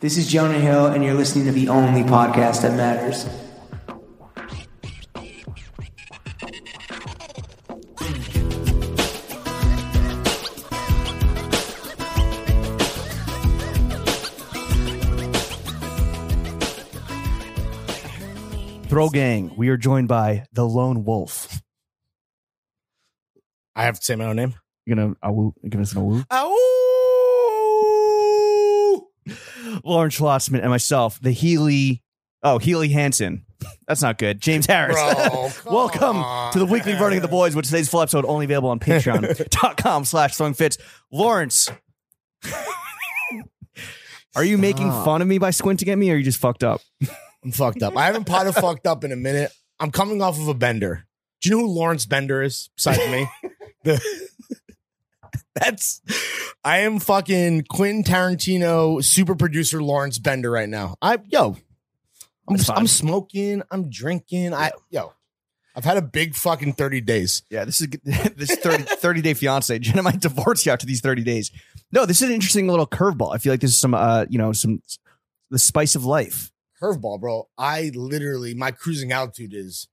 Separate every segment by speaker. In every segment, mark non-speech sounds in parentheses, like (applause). Speaker 1: This is Jonah Hill, and you're listening to the only podcast that matters.
Speaker 2: Throw Gang. We are joined by the Lone Wolf.
Speaker 3: I have to say my own name.
Speaker 2: You gonna a woo, give us an a woo?
Speaker 3: Oh,
Speaker 2: Lauren Schlossman and myself, the Healy. Oh, Healy Hansen. That's not good. James Harris. (laughs)
Speaker 3: Bro, come
Speaker 2: Welcome
Speaker 3: on.
Speaker 2: to the weekly Burning of the Boys, which today's full episode only available on
Speaker 3: (laughs)
Speaker 2: patreon.com slash throwing fits. Lawrence. (laughs) Are you making
Speaker 3: Stop.
Speaker 2: fun of me by squinting at me or are you just fucked up?
Speaker 3: I'm fucked up. I haven't potted fucked up in a minute. I'm coming off of a bender. Do you know who Lawrence Bender is? Besides
Speaker 2: (laughs)
Speaker 3: me, the, (laughs) that's I am fucking Quentin Tarantino super producer Lawrence Bender right now. I yo, I'm
Speaker 2: That's fine.
Speaker 3: I'm smoking. I'm drinking. I yo, I've had a big fucking thirty days.
Speaker 2: Yeah, this is (laughs) this 30, 30 day fiance. (laughs) Jenna might divorce you after these 30 days. No, this is an interesting little curveball. I feel like this is some uh, you know, some the spice of life.
Speaker 3: Curveball, bro. I literally my cruising altitude is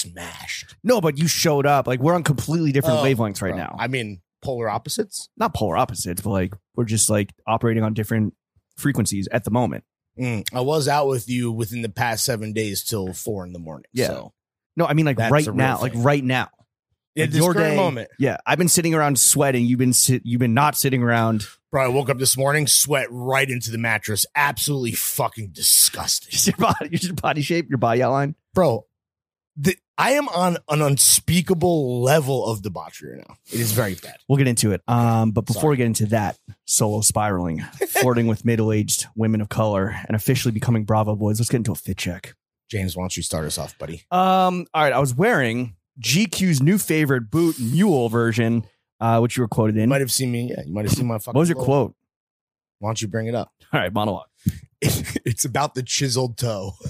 Speaker 3: smashed
Speaker 2: No, but you showed up. Like we're on completely different
Speaker 3: Oh,
Speaker 2: wavelengths right
Speaker 3: bro.
Speaker 2: now.
Speaker 3: I mean, polar opposites.
Speaker 2: Not polar opposites, but like we're just like operating on different frequencies at the moment.
Speaker 3: Mm, I was out with you within the past seven days till four in the morning.
Speaker 2: Yeah.
Speaker 3: So
Speaker 2: No, I mean like
Speaker 3: That's
Speaker 2: right
Speaker 3: a real
Speaker 2: now,
Speaker 3: thing.
Speaker 2: like right now.
Speaker 3: yeah,
Speaker 2: Like,
Speaker 3: this
Speaker 2: your
Speaker 3: current
Speaker 2: day-
Speaker 3: moment,
Speaker 2: Yeah, I've been sitting around sweating. You've been sit, you've been not sitting around. (laughs)
Speaker 3: bro. I woke up this morning, sweat right into the mattress. Absolutely fucking disgusting,
Speaker 2: Just your body, your body shape, your body outline.
Speaker 3: bro. The, I am on an unspeakable level of debauchery right now. It is very bad.
Speaker 2: We'll get into it. Um, but before
Speaker 3: Sorry.
Speaker 2: we get into that, solo spiraling, flirting with middle-aged women of color, and officially becoming Bravo boys. Let's get into a fit check.
Speaker 3: James, why don't you start us off, buddy?
Speaker 2: Um, all right, I was wearing GQ's new favorite boot mule version, uh, which you were quoted in.
Speaker 3: You might have seen me. Yeah, you might have seen my fucking.
Speaker 2: What was your
Speaker 3: logo.
Speaker 2: quote?
Speaker 3: Why don't you bring it up? (laughs)
Speaker 2: All right, monologue.
Speaker 3: it's about the chiseled toe. (laughs)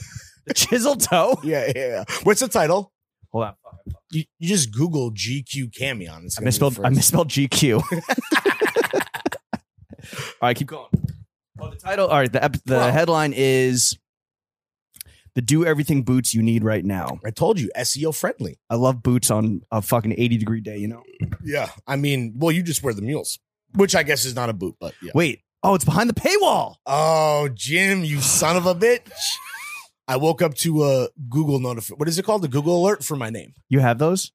Speaker 2: Chiseled toe.
Speaker 3: yeah, yeah, yeah. What's the title?
Speaker 2: Hold on.
Speaker 3: You, you just Google GQ Camion. It's
Speaker 2: I
Speaker 3: gonna be the
Speaker 2: misspelled. I
Speaker 3: first.
Speaker 2: misspelled
Speaker 3: (laughs)
Speaker 2: GQ. All right, keep going. Oh, the title. All right, the ep- the
Speaker 3: Wow.
Speaker 2: headline is the Do Everything Boots You Need Right Now.
Speaker 3: I told you, SEO friendly.
Speaker 2: I love boots on a fucking eighty degree day. You know.
Speaker 3: Yeah. I mean, well, you just wear the mules, which I guess is not a boot, but yeah.
Speaker 2: Wait. Oh, it's behind the paywall.
Speaker 3: Oh, Jim, you son of a bitch. I woke up to a Google notif. What is it called? The Google alert for my name.
Speaker 2: You have those?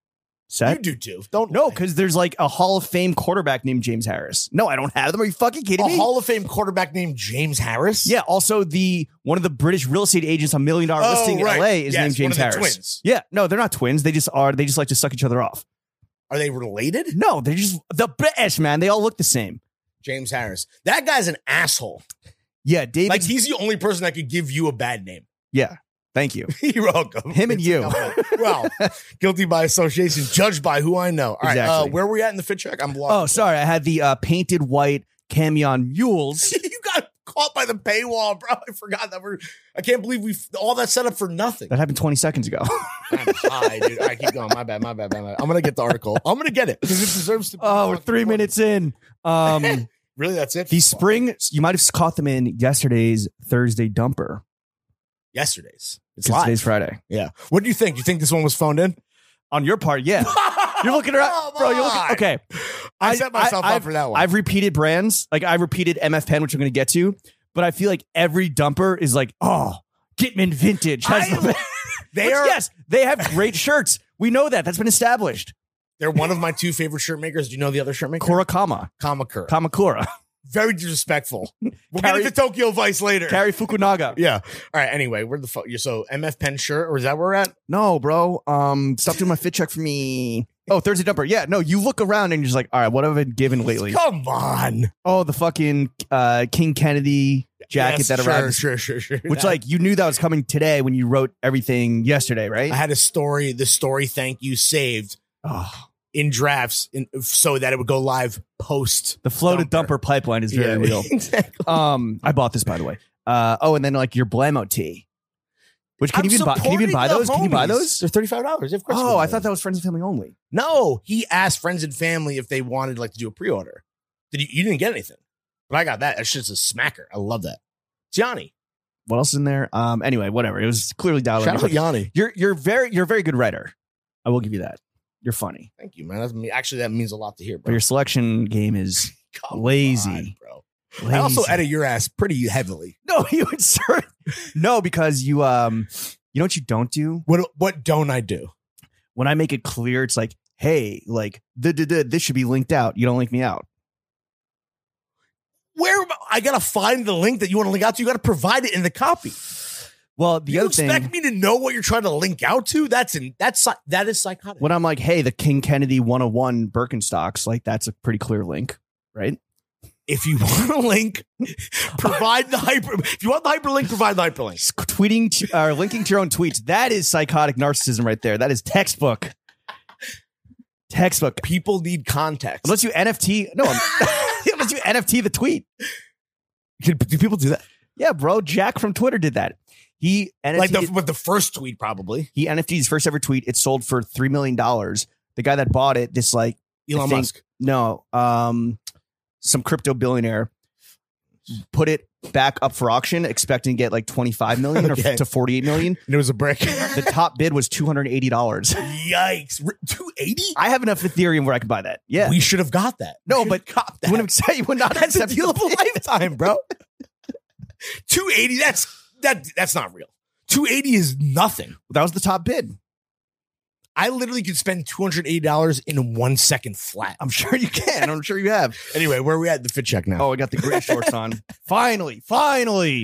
Speaker 2: Set.
Speaker 3: you do too. Don't
Speaker 2: No,
Speaker 3: lie.
Speaker 2: because there's like a Hall of Fame quarterback named James Harris. No, I don't have them. Are you fucking kidding
Speaker 3: a
Speaker 2: me?
Speaker 3: Hall of Fame quarterback named James Harris.
Speaker 2: yeah. Also, the one of the British real estate agents on Million Dollar
Speaker 3: Oh,
Speaker 2: Listing in
Speaker 3: right.
Speaker 2: LA is
Speaker 3: Yes,
Speaker 2: named
Speaker 3: one
Speaker 2: James
Speaker 3: of the
Speaker 2: Harris.
Speaker 3: twins.
Speaker 2: Yeah. No, they're not twins. They just are. They just like to suck each other off.
Speaker 3: Are they related?
Speaker 2: No, they're just the British man. They all look the same.
Speaker 3: James Harris. That guy's an asshole.
Speaker 2: Yeah, David.
Speaker 3: Like he's the only person that could give you a bad name. (laughs)
Speaker 2: yeah. Thank you.
Speaker 3: You're welcome.
Speaker 2: Him and
Speaker 3: It's
Speaker 2: you.
Speaker 3: a
Speaker 2: (laughs)
Speaker 3: double. well, guilty by association, judged by who I know. All right.
Speaker 2: Exactly.
Speaker 3: Uh, where were we at in the fit check? I'm lost.
Speaker 2: Oh, sorry. I had the uh, painted white camion
Speaker 3: (laughs)
Speaker 2: mules.
Speaker 3: you got caught by the paywall, bro. I forgot that we're. I can't believe we all that set up
Speaker 2: (laughs)
Speaker 3: for nothing.
Speaker 2: That happened 20 seconds ago.
Speaker 3: I'm high, dude. I keep going. My bad. My bad. My bad. I'm gonna get the article. I'm gonna get it because it deserves to. be
Speaker 2: oh, we're
Speaker 3: fucking
Speaker 2: three
Speaker 3: important.
Speaker 2: minutes in. (laughs) Um,
Speaker 3: Really, that's it.
Speaker 2: the spring, you might have caught them in yesterday's Thursday dumper.
Speaker 3: Yesterday's. It's
Speaker 2: 'cause
Speaker 3: live.
Speaker 2: Today's Friday.
Speaker 3: yeah. What do you think? You think this one was phoned in?
Speaker 2: On your part, (laughs) yeah. You're looking around,
Speaker 3: Come
Speaker 2: bro. You're
Speaker 3: on.
Speaker 2: looking. Okay,
Speaker 3: I, set myself
Speaker 2: I-
Speaker 3: up for that one.
Speaker 2: I've repeated brands. Like I repeated MF Pen, which I'm going to get to. But I feel like every dumper is like, oh, Gitman Vintage has
Speaker 3: (laughs) I-
Speaker 2: the best.
Speaker 3: (laughs) they
Speaker 2: Which,
Speaker 3: are.
Speaker 2: yes, (laughs) they have great shirts. We know that. That's been established.
Speaker 3: They're one of my two favorite shirt makers. Do you know the other shirt maker?
Speaker 2: Korakama, (laughs)
Speaker 3: Kamakur.
Speaker 2: Kamakura, (laughs)
Speaker 3: Very disrespectful. We'll
Speaker 2: Carrie-
Speaker 3: get into Tokyo Vice later.
Speaker 2: Kari Fukunaga.
Speaker 3: yeah. All right. Anyway, where the fuck? You're so MF Pen shirt, or is that where we're at?
Speaker 2: No, bro. Um, stop doing my fit check for me. Oh, Thursday dumper. Yeah, no. You look around and you're just like, all right, what have I been given lately?
Speaker 3: Come on.
Speaker 2: Oh, the fucking uh, King Kennedy jacket
Speaker 3: Yes,
Speaker 2: that
Speaker 3: sure,
Speaker 2: arrived,
Speaker 3: Sure, sure, sure.
Speaker 2: which
Speaker 3: That-
Speaker 2: like you knew that was coming today when you wrote everything yesterday,
Speaker 3: I
Speaker 2: right?
Speaker 3: had a story. The story, thank you, saved
Speaker 2: Oh,
Speaker 3: in drafts, in, so that it would go live post.
Speaker 2: the flow to
Speaker 3: Dumper.
Speaker 2: dumper pipeline is very
Speaker 3: Yeah,
Speaker 2: real.
Speaker 3: (laughs) exactly.
Speaker 2: (laughs) Um, I bought this by the way. Uh, oh, and then like your Blamo tee, which can
Speaker 3: I'm
Speaker 2: you even buy? Can you even
Speaker 3: supporting
Speaker 2: buy
Speaker 3: the
Speaker 2: those? Can you buy
Speaker 3: homies.
Speaker 2: those?
Speaker 3: They're thirty five dollars. Of course.
Speaker 2: Oh, I thought that was friends and family only.
Speaker 3: No, he asked friends and family if they wanted like to do a pre order. Did you, you didn't get anything? But I got that. That shit's a smacker. I love that. Yanni.
Speaker 2: What else is in there? Um, anyway, whatever. It was clearly dialed
Speaker 3: Shout out
Speaker 2: in.
Speaker 3: Yanni.
Speaker 2: You're you're very you're a very good writer. I will give you that. You're funny,
Speaker 3: Thank you, man. That's me. Actually, that means a lot to hear,
Speaker 2: but
Speaker 3: bro.
Speaker 2: your selection game is
Speaker 3: Come
Speaker 2: lazy.
Speaker 3: on, bro. I also
Speaker 2: lazy.
Speaker 3: edit your ass pretty heavily.
Speaker 2: No, (laughs) you insert. No, because you um, you know what you don't do
Speaker 3: What what don't I do?
Speaker 2: when I make it clear. It's like, hey, like the this should be linked out. You don't link me out.
Speaker 3: Where am I I gotta find the link that you want to link out to? You gotta provide it in the copy.
Speaker 2: Well, the
Speaker 3: you
Speaker 2: other thing,
Speaker 3: expect me to know what you're trying to link out to? That's in that's psy- that is psychotic.
Speaker 2: when I'm like, hey, the King Kennedy 101 Birkenstocks, like that's a pretty clear link, right?
Speaker 3: if you (laughs) want a link, provide the hyper. If you want the hyperlink, provide the hyperlink.
Speaker 2: Just Tweeting to- or linking to your own tweets, that is psychotic narcissism right there. That is textbook. textbook.
Speaker 3: People need context. Um,
Speaker 2: Unless you NFT, no, (laughs) unless you NFT the tweet.
Speaker 3: Can- (laughs) do people do that?
Speaker 2: Yeah, bro. Jack from Twitter did that. He NFT
Speaker 3: Like the, with the first tweet, probably
Speaker 2: he NFT's his first ever tweet. It sold for three million dollars. The guy that bought it, this like
Speaker 3: Elon
Speaker 2: think-
Speaker 3: Musk.
Speaker 2: no, um, some crypto billionaire put it back up for auction, expecting to get like twenty five million (laughs) or
Speaker 3: Okay.
Speaker 2: f- to forty eight million.
Speaker 3: And it was a
Speaker 2: (laughs)
Speaker 3: brick.
Speaker 2: The top bid was two hundred eighty dollars. (laughs)
Speaker 3: Yikes! Two eighty.
Speaker 2: I have enough Ethereum where I could buy that. Yeah,
Speaker 3: We should have got that.
Speaker 2: no,
Speaker 3: We
Speaker 2: but
Speaker 3: got
Speaker 2: you
Speaker 3: that.
Speaker 2: would have (laughs) you would not
Speaker 3: that's a
Speaker 2: accept
Speaker 3: deal of (laughs) a lifetime, bro. Two eighty. That's that. That's not real. Two eighty is nothing.
Speaker 2: That was the top bid.
Speaker 3: I literally could spend two hundred eighty dollars in one second flat.
Speaker 2: I'm sure you can. I'm sure you have.
Speaker 3: (laughs) Anyway, where are we at the fit check now?
Speaker 2: Oh, I got the gray shorts on. (laughs) finally, finally.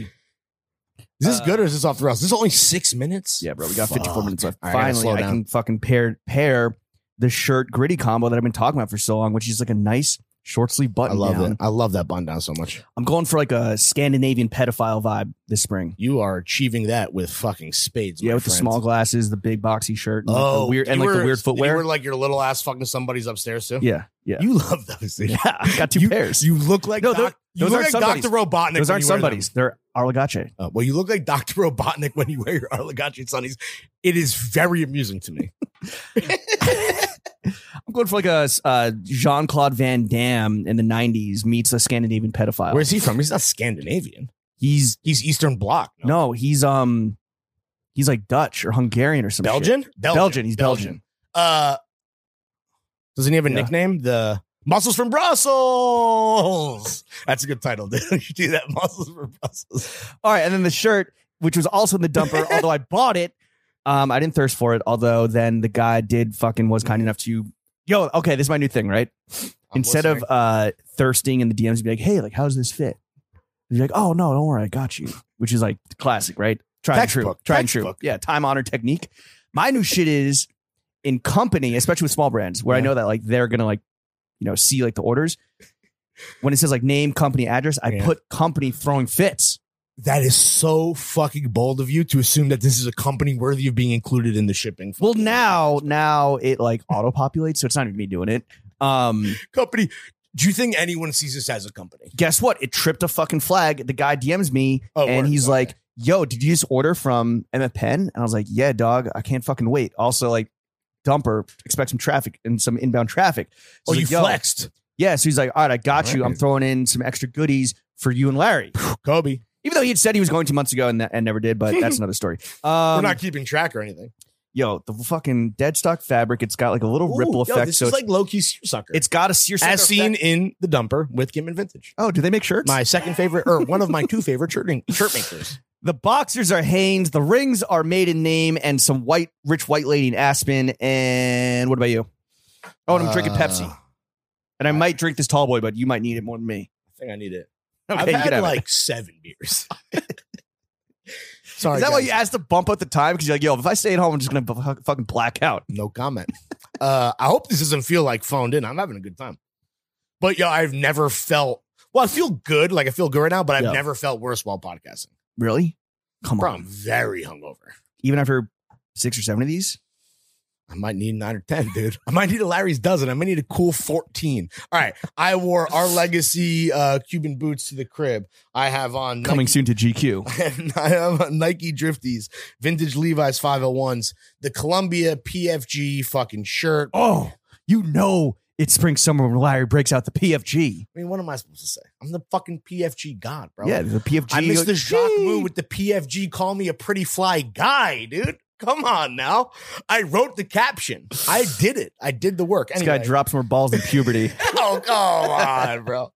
Speaker 3: is this
Speaker 2: uh,
Speaker 3: good or is this off the rails? This is only six minutes.
Speaker 2: Yeah, bro, we got
Speaker 3: Fuck.
Speaker 2: 54 minutes left.
Speaker 3: All right, I gotta
Speaker 2: Finally,
Speaker 3: slow
Speaker 2: I
Speaker 3: down.
Speaker 2: can fucking pair pair the shirt gritty combo that I've been talking about for so long, which is like a nice short sleeve
Speaker 3: I
Speaker 2: button.
Speaker 3: love
Speaker 2: down.
Speaker 3: it. I love that bun down so much.
Speaker 2: I'm going for like a Scandinavian pedophile vibe this spring.
Speaker 3: You are achieving that with fucking spades.
Speaker 2: Yeah,
Speaker 3: my
Speaker 2: with the
Speaker 3: friend.
Speaker 2: small glasses, the big boxy shirt, and like
Speaker 3: Oh,
Speaker 2: the weird and
Speaker 3: you
Speaker 2: like
Speaker 3: were-
Speaker 2: the weird
Speaker 3: You
Speaker 2: footwear.
Speaker 3: were like your little ass fucking somebody's upstairs too.
Speaker 2: yeah, yeah,
Speaker 3: You love those.
Speaker 2: (laughs)
Speaker 3: Dude.
Speaker 2: yeah. I got two
Speaker 3: you,
Speaker 2: pairs.
Speaker 3: You look like
Speaker 2: No,
Speaker 3: Doc, you
Speaker 2: those
Speaker 3: look like
Speaker 2: aren't somebody's.
Speaker 3: Doctor Robotnik.
Speaker 2: Those aren't
Speaker 3: when you wear them.
Speaker 2: somebody's. They're Arlagache.
Speaker 3: Uh, well, you look like Doctor Robotnik when you wear your (laughs) Arlagachi sunnies. It is very amusing
Speaker 2: (laughs)
Speaker 3: to me.
Speaker 2: I'm going for like a uh, Jean Claude Van Damme in the '90s meets a Scandinavian pedophile.
Speaker 3: Where's he from? He's not Scandinavian.
Speaker 2: he's
Speaker 3: He's Eastern Bloc.
Speaker 2: no, he's um, he's like Dutch or Hungarian or something.
Speaker 3: Belgian? Belgian.
Speaker 2: Belgian. He's Belgian.
Speaker 3: Uh, doesn't he have a
Speaker 2: Yeah.
Speaker 3: nickname? The Muscles from Brussels. That's a good title, dude. (laughs) You should do that. Muscles from Brussels.
Speaker 2: All right, and then the shirt, which was also in the
Speaker 3: (laughs)
Speaker 2: dumper, although I bought it. Um, I didn't thirst for it, although then the guy did fucking was kind enough to yo, okay, this is my new thing, right? Instead of uh thirsting in the DMs, you'd be like, hey, like, how's this fit? And you're like, oh no, don't worry, I got you. Which is like classic, right? Try and true.
Speaker 3: Textbook,
Speaker 2: Try and true.
Speaker 3: textbook.
Speaker 2: Yeah, time honored technique. My new shit is in company, especially with small brands, where I
Speaker 3: Yeah.
Speaker 2: know that like they're gonna like, you know, see like the orders. When it says like name, company, address, I
Speaker 3: Yeah.
Speaker 2: put company throwing fits.
Speaker 3: that is so fucking bold of you to assume that this is a company worthy of being included in the shipping.
Speaker 2: Well, now now it
Speaker 3: (laughs)
Speaker 2: like auto populates, so it's not even me doing it. Um,
Speaker 3: company. Do you think anyone sees this as a company?
Speaker 2: guess what? It tripped a fucking flag. The guy DMs me
Speaker 3: Oh,
Speaker 2: and
Speaker 3: word.
Speaker 2: he's
Speaker 3: Okay.
Speaker 2: like, "Yo, did you just order from Emma Penn?" And I was like, "Yeah, dog. I can't fucking wait." Also, like, dumper expect some traffic and some inbound traffic. So
Speaker 3: Oh,
Speaker 2: he's
Speaker 3: you
Speaker 2: like, "Yo."
Speaker 3: flexed,
Speaker 2: Yeah. So he's like, "All right, I got
Speaker 3: All
Speaker 2: you.
Speaker 3: right.
Speaker 2: I'm throwing in some extra goodies for you and
Speaker 3: (laughs)
Speaker 2: Larry."
Speaker 3: Kobe.
Speaker 2: Even though he had said he was going two months ago and, that, and never did,
Speaker 3: (laughs)
Speaker 2: but that's another story. Um,
Speaker 3: We're not keeping track or anything.
Speaker 2: yo, the fucking dead stock fabric. It's got like a little ripple
Speaker 3: Ooh, yo,
Speaker 2: effect.
Speaker 3: this
Speaker 2: so
Speaker 3: is
Speaker 2: it's,
Speaker 3: like low key seersucker.
Speaker 2: it's got a seersucker
Speaker 3: as seen
Speaker 2: effect.
Speaker 3: in the dumper with Kim and Vintage.
Speaker 2: Oh, do they make shirts?
Speaker 3: My second favorite, or one of my two favorite shirt,
Speaker 2: (laughs)
Speaker 3: shirt makers.
Speaker 2: The boxers are Hanes. The rings are Maiden Name and some white, rich white lady in Aspen. And what about you? Oh, and I'm drinking Pepsi.
Speaker 3: I
Speaker 2: And I might drink this tall boy, but you might need it more than me.
Speaker 3: think I need it.
Speaker 2: Okay, you
Speaker 3: I've
Speaker 2: can
Speaker 3: had
Speaker 2: have it.
Speaker 3: like seven
Speaker 2: (laughs)
Speaker 3: beers. Sorry,
Speaker 2: Is that why
Speaker 3: guys.
Speaker 2: you asked to bump up the time? Because you're like, yo, if I stay at home, I'm just gonna bu- fu- fucking black out.
Speaker 3: No comment. uh, I hope this doesn't feel like phoned in. I'm having a good time. But yo, I've never felt well. I feel good, like I feel good right now, but I've
Speaker 2: Yeah.
Speaker 3: never felt worse while podcasting.
Speaker 2: Really? Come
Speaker 3: Bro,
Speaker 2: on.
Speaker 3: I'm very hungover.
Speaker 2: Even after six or seven of these,
Speaker 3: I might need nine or ten, dude. I might need a Larry's dozen. I might need a cool fourteen. All right, I wore our legacy uh, Cuban boots to the crib. I have on (laughs)
Speaker 2: coming soon to GQ.
Speaker 3: Nike, I have on Nike Drifties, vintage Levi's 501s, the Columbia PFG fucking shirt.
Speaker 2: Oh, you know, It's spring summer when Larry breaks out the PFG.
Speaker 3: I mean, what am I supposed to say? I'm the fucking PFG god, bro.
Speaker 2: Yeah, the PFG.
Speaker 3: I miss the Jacques
Speaker 2: Gee.
Speaker 3: Moo with the PFG call me a pretty fly guy, dude. Come on now. I wrote the caption. I did it. I did the work. (laughs)
Speaker 2: This (laughs)
Speaker 3: Anyway.
Speaker 2: guy drops more balls than puberty.
Speaker 3: oh, come on, bro.